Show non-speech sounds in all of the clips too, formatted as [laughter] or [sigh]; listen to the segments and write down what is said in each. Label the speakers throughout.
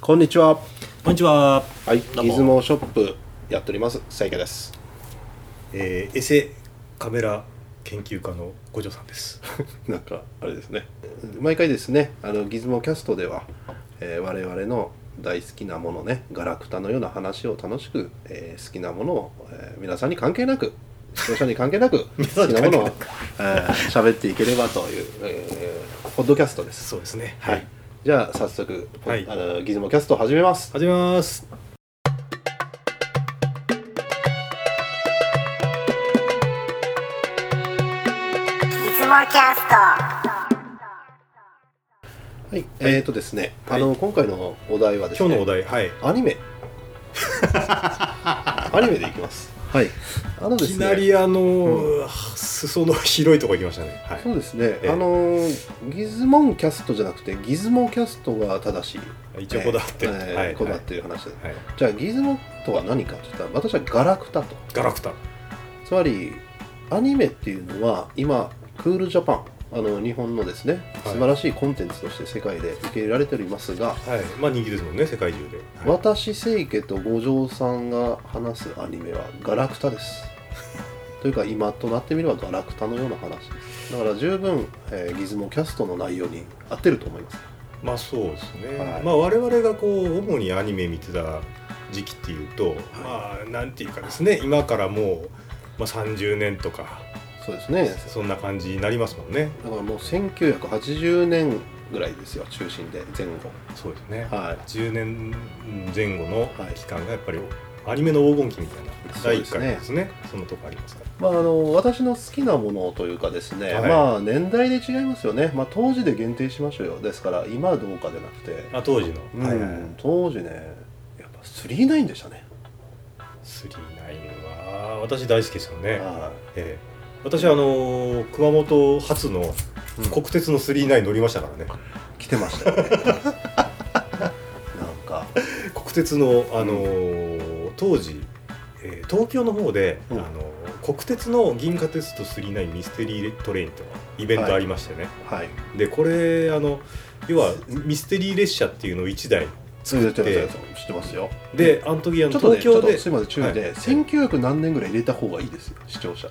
Speaker 1: こんにちは。
Speaker 2: こんにちは。
Speaker 1: はい、
Speaker 2: どう
Speaker 1: ギ
Speaker 2: も
Speaker 1: ズモショップやっております。サイケです。
Speaker 3: えー、エセカメラ研究家の五条さんです。
Speaker 1: なんかあれですね。毎回ですね、あのギズモキャストでは、えー我々の大好きなものね、ガラクタのような話を楽しく、えー好きなものを、えー皆さんに関係なく。視聴者に関係な
Speaker 3: [laughs]
Speaker 1: く好
Speaker 3: さん
Speaker 1: き
Speaker 3: に
Speaker 1: な
Speaker 3: 関係
Speaker 1: も
Speaker 3: なく
Speaker 1: のをえー喋、っていければという、えーポッドキャストです。
Speaker 3: そうですね。
Speaker 1: はい。じゃあ早速、
Speaker 3: はい
Speaker 1: あのギズモキャストを始めます。
Speaker 3: 始めます。
Speaker 1: はい。えっ、とですね、あの今回のお題はですね、
Speaker 3: 今日のお題、はい。
Speaker 1: アニ
Speaker 3: [laughs]
Speaker 1: メアニメでいきますはいあの
Speaker 3: い
Speaker 1: で
Speaker 3: き
Speaker 1: す
Speaker 3: な
Speaker 1: ね
Speaker 3: りあのー、裾の広いとこ行きましたね。は
Speaker 1: そうですね、
Speaker 3: ええ
Speaker 1: あのギズモンキャストじゃなくてギズモキャストが正しい
Speaker 3: い。一応こだわってる。
Speaker 1: ええ
Speaker 3: はい。
Speaker 1: こだわってる話です、
Speaker 3: はい。はい
Speaker 1: じゃあギズモとは何かといったら私はガラクタと
Speaker 3: ガラクタ。
Speaker 1: つまりアニメっていうのは今クールジャパンあの日本のですね
Speaker 3: はい
Speaker 1: 素晴らしいコンテンツとして世界で受け入れられておりますが、
Speaker 3: はい。まあ人気ですもんね、世界中で。はい
Speaker 1: 私清家と五条さんが話すアニメはガラクタ
Speaker 3: [laughs]
Speaker 1: ですというか今となってみればガラクタのような話ですだから十分、えーギズモキャストの内容に合ってると思います
Speaker 3: まあそうですね。
Speaker 1: はい
Speaker 3: まあ我々がこう主にアニメ見てた時期っていうと、まあなんていうかですね、今からもうまあ30年とか
Speaker 1: そうですね
Speaker 3: そんな感じになりますもんね。
Speaker 1: だからもう1980年ぐらいですよ中心で前後
Speaker 3: そうですね。
Speaker 1: はい
Speaker 3: 10年前後の
Speaker 1: はい
Speaker 3: 期間がやっぱりアニメの黄金期みたいな
Speaker 1: そう
Speaker 3: 第
Speaker 1: で
Speaker 3: 一
Speaker 1: すね
Speaker 3: 回ですねそのとこありますから
Speaker 1: まあ、あの私の好きなものというかですね、
Speaker 3: はい
Speaker 1: まあ年代で違いますよね、まあ、当時で限定しましょうよですから今はどうかじゃなくて、
Speaker 3: あ当時の、
Speaker 1: うん
Speaker 3: はいはいはい
Speaker 1: 当時ねやっぱ39でしたね、
Speaker 3: 39は私大好きですよね、
Speaker 1: は
Speaker 3: ええ私あのー熊本発の
Speaker 1: いうん
Speaker 3: 国鉄の39乗りまし
Speaker 1: [laughs]
Speaker 3: たからね、
Speaker 1: 来てました [laughs] よねなんか
Speaker 3: 国鉄の、あのー当時、えー東京の方で、
Speaker 1: うん
Speaker 3: あのー国鉄の銀河鉄道39ミステリートレインというイベントありましてね、
Speaker 1: はい
Speaker 3: でこれあの要はミステリー列車っていうのを1台
Speaker 1: 作ってるやつ知ってますよ
Speaker 3: であの時あの
Speaker 1: ちょっとね
Speaker 3: 東京
Speaker 1: ちょっ
Speaker 3: で、
Speaker 1: とすいません注意で、
Speaker 3: はい
Speaker 1: 1900何年ぐらい入れた方がいいですよ視聴者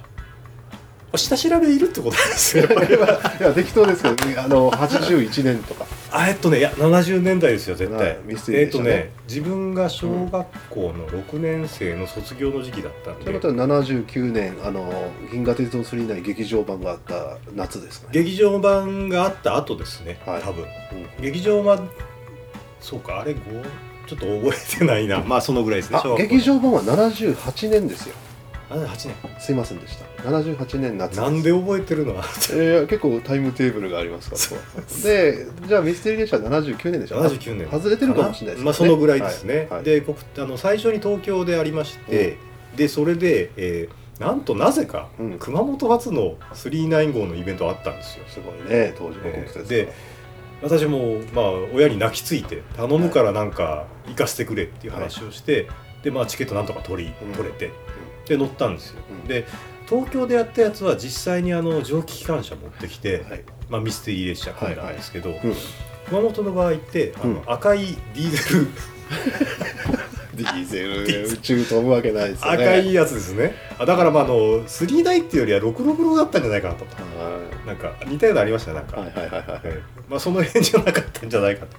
Speaker 3: あ下調べいるってことなんですよやっ
Speaker 1: [laughs]
Speaker 3: ぱり
Speaker 1: いや適当ですけど、ね、あの81年 [laughs] とか
Speaker 3: あえっとねいや70年代ですよ絶
Speaker 1: は
Speaker 3: 対
Speaker 1: いミステリー
Speaker 3: えっ
Speaker 1: 列車
Speaker 3: と
Speaker 1: ね
Speaker 3: ね自分が小学校の6年生の卒業の時期だったん
Speaker 1: と
Speaker 3: で、
Speaker 1: いうことは79年あの「銀河鉄道999」劇場版があった夏ですかね
Speaker 3: 劇場版があった後ですね、
Speaker 1: はい
Speaker 3: 多分
Speaker 1: うん
Speaker 3: 劇場版そうかあれごちょっと覚えてないなまあそのぐらいですね
Speaker 1: あ劇場版は78年ですよ
Speaker 3: 8年
Speaker 1: すいませんでした78年夏す
Speaker 3: なんで覚えてるの79
Speaker 1: いや結構タイムテーブルがありますからここでじゃあミステリー列車は79年でしょ
Speaker 3: 年
Speaker 1: 外れてるかもしれないですけどね
Speaker 3: まあ、そのぐらいですね、
Speaker 1: はいはい
Speaker 3: で僕あの最初に東京でありまして、でそれで、えーなんとなぜか、
Speaker 1: うん
Speaker 3: 熊本発の39号のイベントあったんですよ
Speaker 1: すごいね当時の国
Speaker 3: え
Speaker 1: 鉄
Speaker 3: ー
Speaker 1: の
Speaker 3: で私もまあ親に泣きついて頼むからなんか行かせてくれっていう話をして、でまあチケットなんとか取り
Speaker 1: うん
Speaker 3: 取れて、で乗ったんですよ、
Speaker 1: うん
Speaker 3: で東京でやったやつは実際にあの蒸気機関車持ってきて、
Speaker 1: はい
Speaker 3: まあ、ミステリー列車組んだんですけ
Speaker 1: う
Speaker 3: ど、
Speaker 1: ん
Speaker 3: 熊本の場合ってあの、
Speaker 1: うん
Speaker 3: 赤いディーゼル
Speaker 1: ディーゼル宇宙飛ぶわけないですよね
Speaker 3: 赤いやつですねあだからまああの39っていうよりは666だったんじゃないかなと
Speaker 1: は
Speaker 3: なんか似たようなのありましたねなん
Speaker 1: い
Speaker 3: か、
Speaker 1: はいはいはいは
Speaker 3: ええまあ、その辺じゃなかったんじゃないかと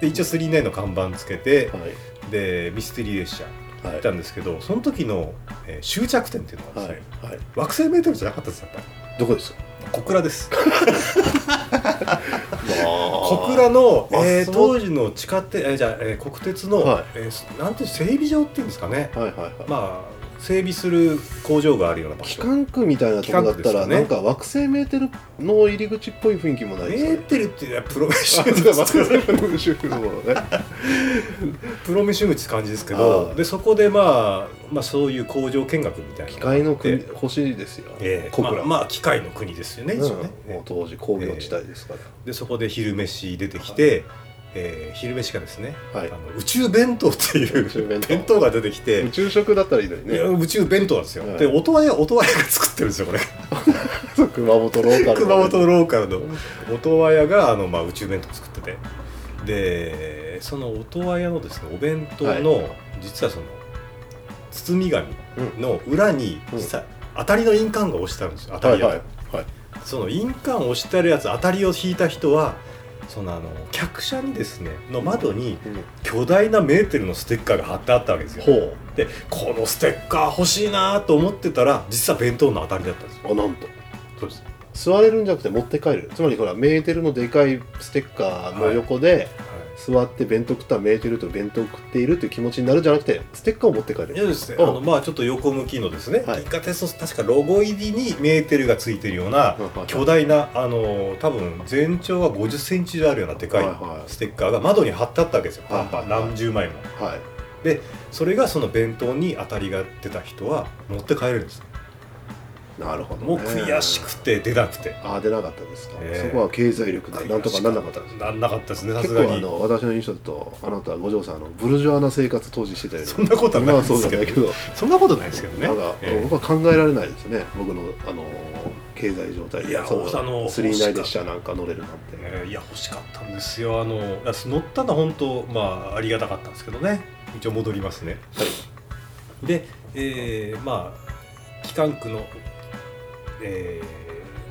Speaker 3: で一応39の看板つけて
Speaker 1: いはい
Speaker 3: でミステリー列車
Speaker 1: はい
Speaker 3: 行ったんですけどその時の、えー終着点っていうのがですね、
Speaker 1: はいはい
Speaker 3: 惑星メートルじゃなかったですやっぱり
Speaker 1: どこですか
Speaker 3: 小倉です小
Speaker 1: 小
Speaker 3: 倉の、
Speaker 1: あ
Speaker 3: えー
Speaker 1: そう
Speaker 3: 当時の地下鉄、えーじゃあ、えー国鉄の、
Speaker 1: はい
Speaker 3: えーすなんていう整備場っていうんですかね
Speaker 1: はいはいはい
Speaker 3: まあ整備する工場があるような場
Speaker 1: 機
Speaker 3: 所
Speaker 1: 関区みたいなとこだったら、
Speaker 3: 機関区ですよね
Speaker 1: なんか惑星メーテルの入り口っぽい雰囲気もない
Speaker 3: メ
Speaker 1: ですよ
Speaker 3: ー
Speaker 1: [laughs] ね。
Speaker 3: テルっていうのは [laughs] プロメシ
Speaker 1: あ
Speaker 3: ウム
Speaker 1: そうだ惑星メーテルの主婦のね。
Speaker 3: プロメシウムって感じですけ
Speaker 1: は
Speaker 3: ど
Speaker 1: い
Speaker 3: でそこで、まあ、まあそういう工場見学みたいな
Speaker 1: 機械の
Speaker 3: [laughs]
Speaker 1: 国欲しいですよ。
Speaker 3: えー
Speaker 1: 小倉。
Speaker 3: まあ、まあ機械の国ですよね,、一応ね
Speaker 1: うんもう当時工業地帯ですから。
Speaker 3: でそこで昼飯出てきて、えー昼飯がですね、
Speaker 1: はい
Speaker 3: あの宇宙弁当っていう
Speaker 1: 宇宙弁当
Speaker 3: 弁当が出てきて
Speaker 1: 宇宙食だったらいいのに
Speaker 3: いや
Speaker 1: ね。
Speaker 3: 宇宙弁当なんですよ、
Speaker 1: はい
Speaker 3: で音羽屋音羽屋が作ってるんですよこれ
Speaker 1: 熊本ローカルのね。
Speaker 3: 熊本ローカルの音羽屋があの、まあ、宇宙弁当作っててでその音羽屋のですねお弁当の、実はその包み紙の裏に、
Speaker 1: うん
Speaker 3: 実は当たりの印鑑が押してあるんですよ当た
Speaker 1: はい
Speaker 3: り屋、
Speaker 1: はいはい
Speaker 3: その印鑑を押してあるやつ当たりを引いた人はそのあの客車にですねの窓に巨大なメーテルのステッカーが貼ってあったわけですよ
Speaker 1: ほう
Speaker 3: でこのステッカー欲しいなと思ってたら実は弁当の当たりだったんですよ
Speaker 1: あなんと
Speaker 3: そうです
Speaker 1: 座れるんじゃなくて持って帰るつまりほらメーテルのでかいステッカーの横で、座って弁当食ったらメーテルと弁当食っているという気持ちになるんじゃなくてステッカーを持って帰
Speaker 3: いや
Speaker 1: る
Speaker 3: ですね、
Speaker 1: うん
Speaker 3: あのまあちょっと横向きのですね、
Speaker 1: はい
Speaker 3: 一化テスト確かロゴ入りにメーテルがついてるような
Speaker 1: はいはい
Speaker 3: 巨大なあの多分全長が50センチ以上あるようなでか
Speaker 1: はい
Speaker 3: い
Speaker 1: は
Speaker 3: ステッカーが窓に貼ってあったわけですよ、
Speaker 1: はいはい
Speaker 3: パンパン何十枚も
Speaker 1: いはい
Speaker 3: それがその弁当に当たりが出た人は持って帰れるんですね
Speaker 1: なるほど、ね、
Speaker 3: もう悔しくて出なくて
Speaker 1: ああ出なかったですか、
Speaker 3: ええ
Speaker 1: そこは経済力でなんとかならなかったです
Speaker 3: なんなかったですねさす
Speaker 1: 結
Speaker 3: が
Speaker 1: 構あ
Speaker 3: に
Speaker 1: の私の印象だとあなたは五条さんあのブルジョアな生活当時してたよね
Speaker 3: そんなことは
Speaker 1: 今
Speaker 3: な
Speaker 1: は
Speaker 3: いで
Speaker 1: そうじ
Speaker 3: す
Speaker 1: ゃ
Speaker 3: け
Speaker 1: な
Speaker 3: ど
Speaker 1: いけど、
Speaker 3: そんなことないですけどね
Speaker 1: なんか、
Speaker 3: ええ
Speaker 1: 僕は考えられないですね僕のあの経済状態
Speaker 3: いや
Speaker 1: そ
Speaker 3: あの
Speaker 1: スリーナイ列車なんか乗れるなんて、
Speaker 3: えーいや欲しかったんですよあの乗ったのは本当まあありがたかったんですけどね一応戻りますねで、えーまあ機関区の、えー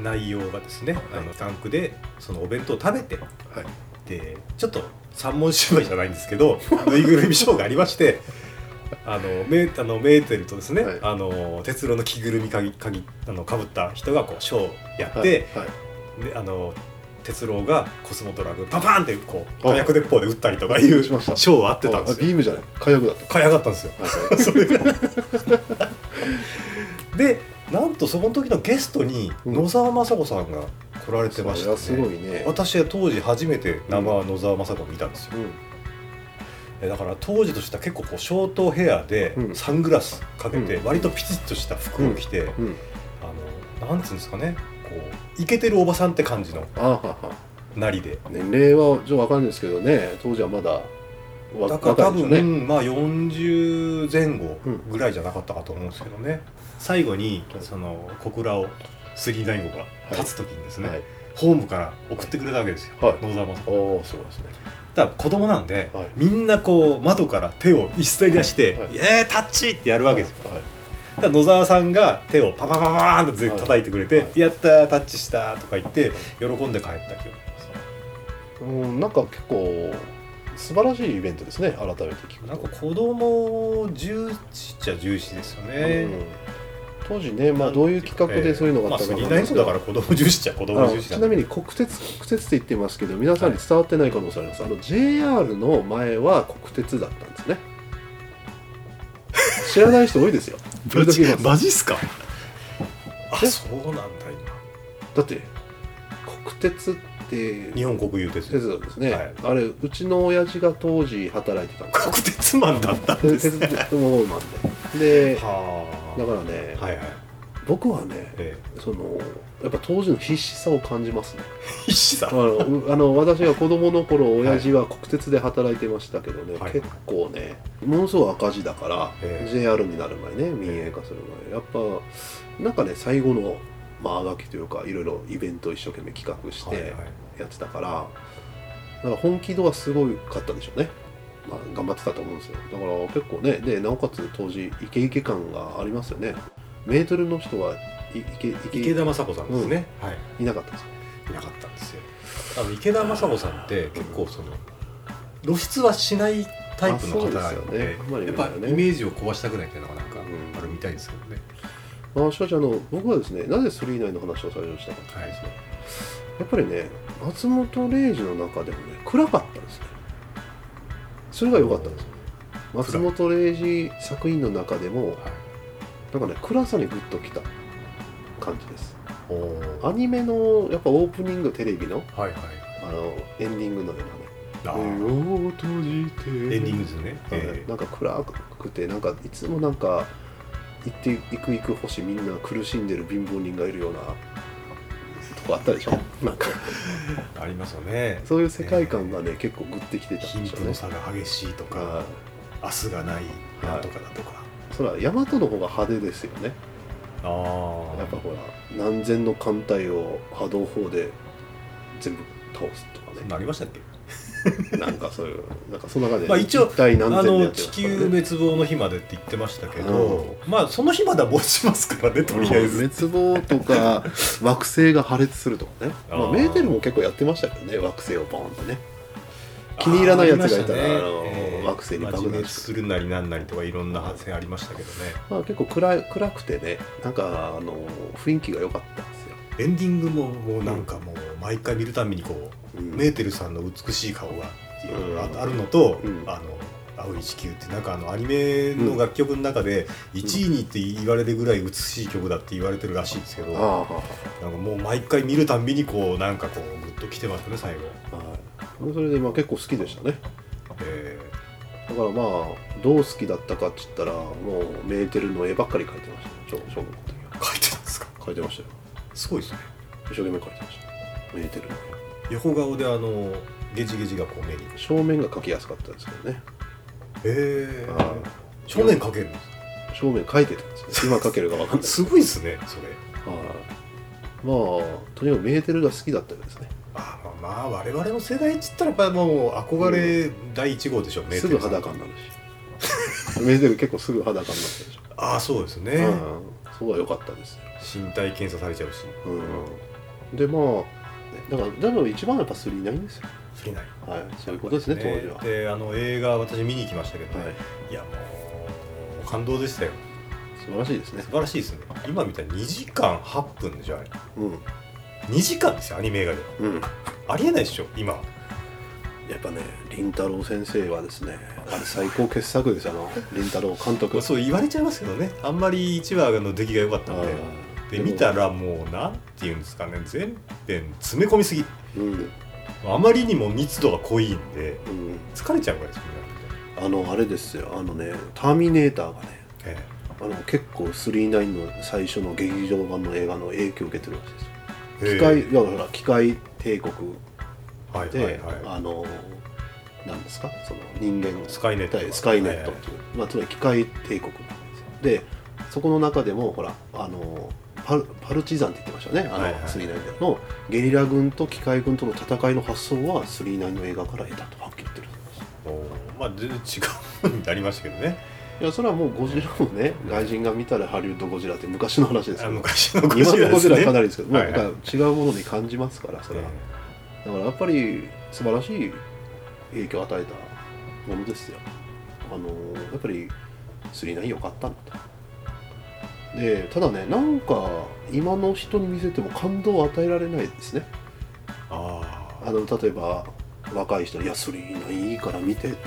Speaker 3: 内容がですね、あの機関区でそのお弁当を食べて
Speaker 1: はい、はい、
Speaker 3: でちょっと三文芝居じゃないんですけど [laughs] ぬいぐるみショーがありましてあのメーあのメーテルとですね、
Speaker 1: はい
Speaker 3: あの哲郎の着ぐるみかぎかぎあのかぶった人がこうショーやって、
Speaker 1: はい
Speaker 3: であの哲郎がコスモドラグパパーンってこう火薬鉄砲で撃ったりとかいう
Speaker 1: しました
Speaker 3: ショーはあってたんです
Speaker 1: あ
Speaker 3: よ
Speaker 1: ビームじゃない火薬だった
Speaker 3: 火薬だったんですよ
Speaker 1: はい
Speaker 3: それが
Speaker 1: [laughs]
Speaker 3: でなんとその時のゲストに
Speaker 1: うん
Speaker 3: 野沢雅子さんが来られてましたね、
Speaker 1: それはすごいね
Speaker 3: 私は当時初めて生野沢雅子を見たんですよ、
Speaker 1: う
Speaker 3: えだから当時としては結構こうショートヘアで
Speaker 1: うん
Speaker 3: サングラスかけて
Speaker 1: うん
Speaker 3: 割とピチッとした服を着て、
Speaker 1: んうん
Speaker 3: あのなんつうんですかねこうイケてるおばさんって感じの
Speaker 1: あーはは
Speaker 3: なりで
Speaker 1: 年齢はちょっとわかんないですけどね当時はまだわ
Speaker 3: だから多
Speaker 1: 若いでしょ
Speaker 3: 分、
Speaker 1: うね
Speaker 3: まあ40前後ぐらいじゃなかったかと思うんですけどね、最後にその小倉を杉大悟が立つ時にですね、
Speaker 1: はい
Speaker 3: ホームから送ってくれたわけですよ、
Speaker 1: はい
Speaker 3: 野沢雅子
Speaker 1: おおすごいですね
Speaker 3: だから子供なんで、
Speaker 1: はい
Speaker 3: みんなこう窓から手を一斉に出して「
Speaker 1: はい
Speaker 3: イエータッチ!」ってやるわけですよ
Speaker 1: はい
Speaker 3: だから野沢さんが手をパパパパーンと全部叩いてくれて「
Speaker 1: はい
Speaker 3: やったータッチした!」とか言って喜んで帰った記憶です
Speaker 1: うん、なんか結構素晴らしいイベントですね改めて聞くと
Speaker 3: なんか子供重視っちゃ重視ですよね、
Speaker 1: うん当時ね、まあ、どういう企画でそういうのがあったか
Speaker 3: まあ、
Speaker 1: わ
Speaker 3: リ
Speaker 1: かんない
Speaker 3: ナ
Speaker 1: で
Speaker 3: イ
Speaker 1: す
Speaker 3: ト
Speaker 1: けど
Speaker 3: だから子供重視っちゃ子供
Speaker 1: あ
Speaker 3: 重視
Speaker 1: ち
Speaker 3: だ
Speaker 1: なみに国鉄国鉄って言ってますけど皆さんに伝わってない可能性あります、あの JR の前は国鉄だったん
Speaker 3: [laughs]
Speaker 1: ですね知らない人多いですよ
Speaker 3: マジ
Speaker 1: いるだけいます
Speaker 3: マジっすかあ
Speaker 1: え
Speaker 3: そうなんだ
Speaker 1: だって国鉄って
Speaker 3: 今日本国有鉄
Speaker 1: 鉄道ですね、
Speaker 3: はい
Speaker 1: あれうちの親父が当時働いてたんです
Speaker 3: 国鉄マンだったんで
Speaker 1: 鉄
Speaker 3: すね
Speaker 1: 鉄道マンでで
Speaker 3: は
Speaker 1: だからね、
Speaker 3: あはいはい、
Speaker 1: 僕はね
Speaker 3: え
Speaker 1: そのやっぱ当時の必死さを感じますね
Speaker 3: え、必死だ
Speaker 1: あのうあ [laughs] の私が子供の頃親父は国鉄で働いてましたけどね、
Speaker 3: はい
Speaker 1: 結構ねものすごい赤字だから、
Speaker 3: ええ
Speaker 1: JR になる前ね民営化する前やっぱなんかね最後のまああがきというかいろいろイベントを一生懸命企画し
Speaker 3: はいはい
Speaker 1: てやってたから、だから本気度はすごかったでしょうね、まあ、頑張ってたと思うんですよだから結構ねでなおかつ当時イケイケ感がありますよねメートルの人はいイケイケ
Speaker 3: 池田雅子さんですね、はい
Speaker 1: いなかったです
Speaker 3: いなかったんですよあの池田雅子さんって結構その露出はしないタイプの方なので
Speaker 1: あそうですよね
Speaker 3: やっぱイメージを壊したくないっていうのがなんか
Speaker 1: うん
Speaker 3: あるみたいですけどね、
Speaker 1: まあ、しかしあの僕はですねなぜ3以内の話を最初にしたかったんですね、やっぱりね松本零士の中でもね暗かったんですねそれが良かったんですよ松本零士作品の中でも
Speaker 3: はい
Speaker 1: なんかね暗さにグッときた感じです
Speaker 3: おー
Speaker 1: アニメのやっぱオープニングテレビの
Speaker 3: はいはい
Speaker 1: あのエンディングのようなね
Speaker 3: あー
Speaker 1: 目を閉じて
Speaker 3: エンディングですね、え
Speaker 1: なんか暗くてなんかいつもなんか行って行く行く星みんな苦しんでる貧乏人がいるようなとこあったでし
Speaker 3: [laughs]
Speaker 1: ょなんか
Speaker 3: えありますよね
Speaker 1: そういう世界観がね、結構グッてきてたん
Speaker 3: 貧
Speaker 1: でしょ
Speaker 3: 富
Speaker 1: うね
Speaker 3: の差が激しいと
Speaker 1: は
Speaker 3: か明日がないなんとかだとか、
Speaker 1: いそら大和の方が派手ですよね
Speaker 3: ああ
Speaker 1: やっぱほら何千の艦隊を波動砲で全部倒すとかね
Speaker 3: なりましたっけ
Speaker 1: なんかそういうなんかそんな感じで、
Speaker 3: まあ一応
Speaker 1: 体何
Speaker 3: あ
Speaker 1: 千年やっ
Speaker 3: の
Speaker 1: て
Speaker 3: 地
Speaker 1: ますからね
Speaker 3: 球滅亡の日までって言ってましたけど、まあその日まではぼちますからねとりあえず、
Speaker 1: 滅亡と
Speaker 3: [laughs]
Speaker 1: か惑星が破裂するとかねま
Speaker 3: あ
Speaker 1: あ、
Speaker 3: ー
Speaker 1: メーテルも結構やってましたけどね惑星をボーンとね気に入らないやつがいたら
Speaker 3: ありました
Speaker 1: あ
Speaker 3: ね
Speaker 1: の惑星に爆弾
Speaker 3: まあ自滅するなりなんなりとかいろんな発生ありましたけどね
Speaker 1: まあ、結構暗い暗くてねなんかあの雰囲気が良かったんですよ、
Speaker 3: エンディングももうなんかもう毎回見るたびにこう、
Speaker 1: うん
Speaker 3: メーテルさんの美しい顔がいろいろ
Speaker 1: うん
Speaker 3: ああるのと、
Speaker 1: うん
Speaker 3: あの青い地球ってなんかあのアニメの楽曲の中で1位にって言われるぐらい美しい曲だって言われてるらしいんですけど、
Speaker 1: あ
Speaker 3: なんか
Speaker 1: あは
Speaker 3: もう毎回見るたんびにこうなんかこうグッときてますね最後。
Speaker 1: あはい、それでまあ結構好きでしたね
Speaker 3: え
Speaker 1: だからまあどう好きだったかっつったらもうメーテルの絵ばっかり描いてましたね小小学校の時は
Speaker 3: ー書いてたんですか
Speaker 1: 描いてましたよ
Speaker 3: すごいですね
Speaker 1: 一生懸命描いてましたメーテルの絵
Speaker 3: 横顔であのゲジゲジがこう目に
Speaker 1: 正面が描きやすかったですけどね
Speaker 3: ええ
Speaker 1: はい
Speaker 3: 正面かけるんで
Speaker 1: 正面描いてたんですよ今描けるか分かんない
Speaker 3: すすごいですねそれ
Speaker 1: はいまあとにかくメーテルが好きだったようですね
Speaker 3: あまあまあ我々の世代っつったらやっぱりもう憧れ第一号でしょ、う
Speaker 1: すぐ裸になるし [laughs] メーテル結構すぐ裸になったでしょ
Speaker 3: ああそうですね、
Speaker 1: うんそこは良かったですよ、
Speaker 3: 身体検査されちゃうし
Speaker 1: うん、でまあねだからだから一番やっぱスリーないんですよ
Speaker 3: 振りない
Speaker 1: はいそういうことですね当時は、
Speaker 3: ねであの映画私見に行きましたけど、ね
Speaker 1: はい
Speaker 3: い、、やもう感動でしたよ
Speaker 1: 素晴らしいですね
Speaker 3: 素晴らしいですね今みたいに2時間8分でしょあれ
Speaker 1: うん
Speaker 3: 2時間ですよアニメ映画では
Speaker 1: うん
Speaker 3: ありえないでしょ今は
Speaker 1: やっぱね凛太郎先生はですねあれ最高傑作ですよあ
Speaker 3: [laughs]
Speaker 1: の凛太郎監督
Speaker 3: まあそう言われちゃいますけどねあんまり1話の出来が良かったので
Speaker 1: はい
Speaker 3: で見たらもうなんていうんですかね全編詰め込みすぎ
Speaker 1: うん
Speaker 3: あまりにも密度が濃いんで
Speaker 1: うん
Speaker 3: 疲れちゃうからいですよね
Speaker 1: あのあれですよあのね「ターミネーター」がね
Speaker 3: え
Speaker 1: あの結構9の最初の劇場版の映画の影響を受けてるわけですよ
Speaker 3: え
Speaker 1: 機械いやほら機械帝国
Speaker 3: はい
Speaker 1: で、
Speaker 3: はいは
Speaker 1: あのなんですかその人間
Speaker 3: スカイネット
Speaker 1: 対スカイネットっていう、まあ、つまり機械帝国なんですよでそこの中でもほらあのパルパルチザンって言ってましたねあの、
Speaker 3: はいはい
Speaker 1: スリーナインでのゲリラ軍と機械軍との戦いの発想はスリーナインの映画から得たとはっきり言ってるんです
Speaker 3: いもうまあ全然違うものになりましたけどね
Speaker 1: いやそれはもうゴジラもね外人が見たらハリウッドゴジラって昔の話です
Speaker 3: あ
Speaker 1: けど
Speaker 3: 昔の
Speaker 1: [laughs] 今のゴジラはかな
Speaker 3: り
Speaker 1: りですけど、
Speaker 3: はいはい
Speaker 1: まあだから違うものに感じますからそれは、だからやっぱり素晴らしい影響を与えたものですよ。あのやっぱり39良かったなと。でただねなんか今の人に見せても感動を与えられないですね。
Speaker 3: あ
Speaker 1: あの例えば若い人に「いや39いいから見て」って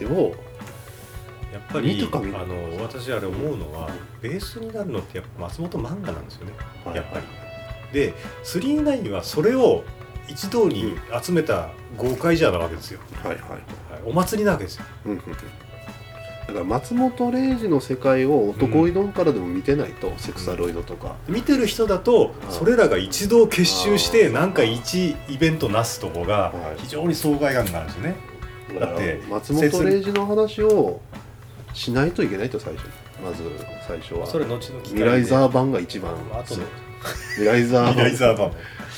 Speaker 1: 言っても
Speaker 3: あやっぱり
Speaker 1: 見たか見た
Speaker 3: あの私あれ思うのはベースになるのってやっぱ松本漫画なんですよね
Speaker 1: はい
Speaker 3: やっぱりで39はそれを一堂に集めた豪快じゃなわけですよ、
Speaker 1: はいはい。
Speaker 3: はいお祭りなわけですよ
Speaker 1: うんうんうんだから松本零士の世界を男いどんからでも見てないと、セクサロイドとか、
Speaker 3: 見てる人だと
Speaker 1: うん
Speaker 3: それらが一堂結集して
Speaker 1: うん
Speaker 3: なんか一イベントなすとこ
Speaker 1: は
Speaker 3: が
Speaker 1: い
Speaker 3: 非常に爽快感があるんですよね、
Speaker 1: だか
Speaker 3: だっ
Speaker 1: ら
Speaker 3: て
Speaker 1: 松本零士の話をしないといけないと最初まず最初は
Speaker 3: それ後の機
Speaker 1: 未来
Speaker 3: ー
Speaker 1: ザー版が一番
Speaker 3: あとの
Speaker 1: 未来ザー
Speaker 3: 未
Speaker 1: 版
Speaker 3: 来ザー版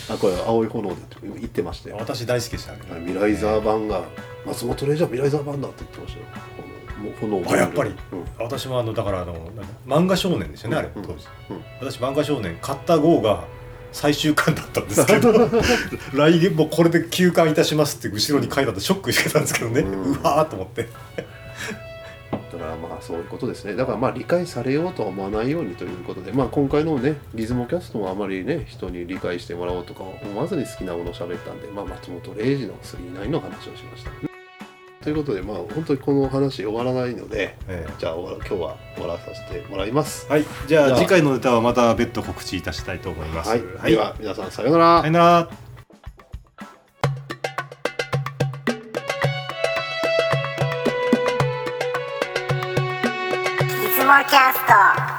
Speaker 1: あこれ青い炎で言ってましたよ
Speaker 3: 私大好きでしたね
Speaker 1: 未来ザー版が松本零士は未来ザー版だって言ってましたよこのもう炎
Speaker 3: あやっぱり
Speaker 1: うん
Speaker 3: 私もあのだからあのなんだ漫画少年でしたねあれ
Speaker 1: うん
Speaker 3: 当時、
Speaker 1: うん
Speaker 3: 私漫画少年買った号が最終巻だったんですけど
Speaker 1: [laughs]
Speaker 3: 来月もうこれで休刊いたしますって後ろに書いてあってショックしてたんですけどね、
Speaker 1: う
Speaker 3: うんわーと思って
Speaker 1: だからまあそういうことですねだからまあ理解されようとは思わないようにということでまあ今回のねギズモキャストもあまりね人に理解してもらおうとか思わずに好きなものを喋ったんで、まあ、松本零士の39の話をしましたということでまあ本当にこの話終わらないので
Speaker 3: ええ
Speaker 1: じゃあ終わ今日は終わらさせてもらいます
Speaker 3: はい、じゃ
Speaker 1: じゃ
Speaker 3: あ
Speaker 1: あ
Speaker 3: 次回のネタはまた別途告知いたしたいと思います。
Speaker 1: はい、では皆さんさようなら、
Speaker 3: さよなら。
Speaker 2: いつもキャスト